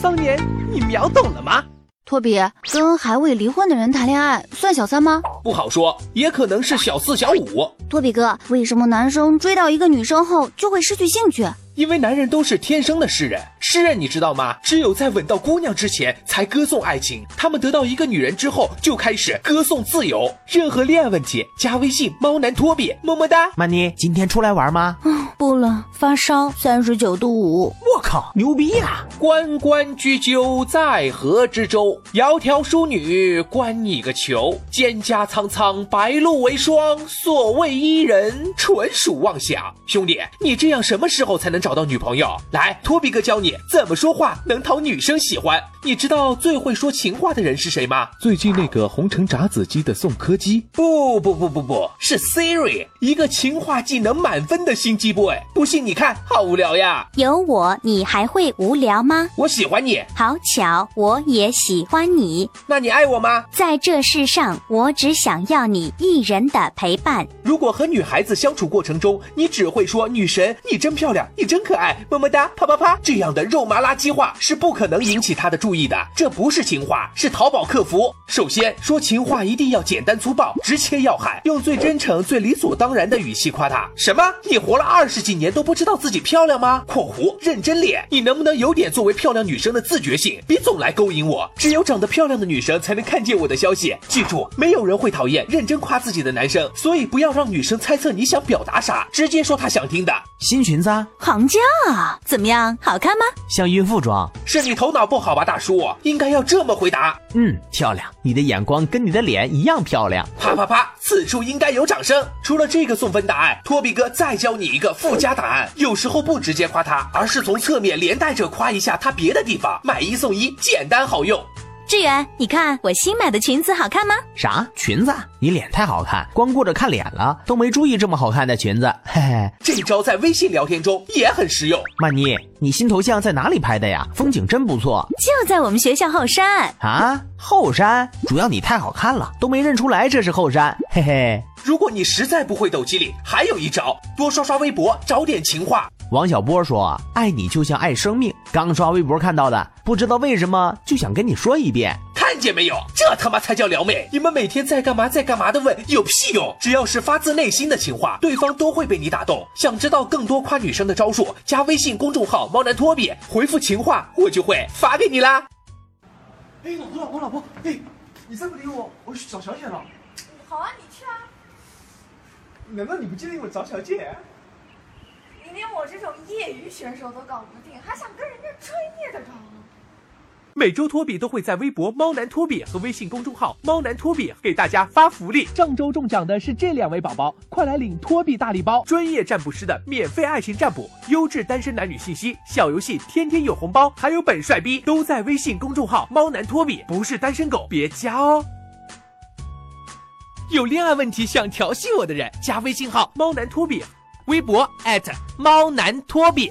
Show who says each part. Speaker 1: 方年，你秒懂了吗？
Speaker 2: 托比跟还未离婚的人谈恋爱算小三吗？
Speaker 1: 不好说，也可能是小四、小五。
Speaker 2: 托比哥，为什么男生追到一个女生后就会失去兴趣？
Speaker 1: 因为男人都是天生的诗人，诗人你知道吗？只有在吻到姑娘之前才歌颂爱情，他们得到一个女人之后就开始歌颂自由。任何恋爱问题，加微信猫男托比，么么哒。
Speaker 3: 曼妮，今天出来玩吗？
Speaker 2: 不了，发烧，三十九度五。
Speaker 3: 我靠，牛逼呀、
Speaker 1: 关关雎鸠，在河之洲。窈窕淑女，观你个球！蒹葭苍苍，白露为霜。所谓伊人，纯属妄想。兄弟，你这样什么时候才能找到女朋友？来，托比哥教你怎么说话能讨女生喜欢。你知道最会说情话的人是谁吗？最近那个红城炸子鸡的宋柯基？不不不不不，是 Siri，一个情话技能满分的心机 boy。不信你看，好无聊呀！
Speaker 2: 有我，你还会无聊吗？
Speaker 1: 我喜欢你，
Speaker 2: 好巧，我也喜欢你。
Speaker 1: 那你爱我吗？
Speaker 2: 在这世上，我只想要你一人的陪伴。
Speaker 1: 如果和女孩子相处过程中，你只会说“女神，你真漂亮，你真可爱，么么哒，啪啪啪”这样的肉麻垃圾话是不可能引起她的注意的。这不是情话，是淘宝客服。首先说情话一定要简单粗暴，直切要害，用最真诚、最理所当然的语气夸她。什么？你活了二十几年都不知道自己漂亮吗？（括弧认真脸）你能不能有点作为漂亮女生的自觉性？别总来勾引我。只有长得漂亮的女生才能看见我的消息。记住，没有人会讨厌认真夸自己的男生，所以不要让女生猜测你想表达啥，直接说她想听的。
Speaker 3: 新裙子啊，
Speaker 2: 行家，怎么样？好看吗？
Speaker 3: 像孕妇装。
Speaker 1: 是你头脑不好吧，大叔？应该要这么回答。
Speaker 3: 嗯，漂亮。你的眼光跟你的脸一样漂亮。
Speaker 1: 啪啪啪！此处应该有掌声。除了这个送分答案，托比哥再教你一个附加答案。有时候不直接夸他，而是从侧面连带着夸一下他别的地方，买一送一，简单好用。
Speaker 2: 志远，你看我新买的裙子好看吗？
Speaker 3: 啥裙子啊？你脸太好看，光顾着看脸了，都没注意这么好看的裙子。嘿嘿，
Speaker 1: 这招在微信聊天中也很实用。
Speaker 3: 曼妮，你新头像在哪里拍的呀？风景真不错
Speaker 2: 就在我们学校后山。
Speaker 3: 啊。后山，主要你太好看了，都没认出来这是后山。嘿嘿，
Speaker 1: 如果你实在不会抖机灵，还有一招，多刷刷微博，找点情话。
Speaker 3: 王小波说：“爱你就像爱生命。”刚刷微博看到的，不知道为什么就想跟你说一遍。
Speaker 1: 看见没有？这他妈才叫撩妹！你们每天在干嘛在干嘛的问有屁用？只要是发自内心的情话，对方都会被你打动。想知道更多夸女生的招数，加微信公众号“猫男托比”，回复“情话”，我就会发给你啦。
Speaker 4: 哎，老婆，老婆，老婆，哎，你再不理我，我去找小姐了。
Speaker 5: 好啊，你去啊！
Speaker 4: 难道你不介意我找小姐？
Speaker 5: 你连我这种业余选手都搞不定，还想跟人家专业的搞？
Speaker 1: 每周托比都会在微博“猫男托比”和微信公众号“猫男托比”给大家发福利。上周中奖的是这两位宝宝，快来领托比大礼包！专业占卜师的免费爱情占卜，优质单身男女信息，小游戏天天有红包，还有本帅逼都在微信公众号“猫男托比”，不是单身狗别加哦。有恋爱问题想调戏我的人，加微信号“猫男托比”，微博猫男托比。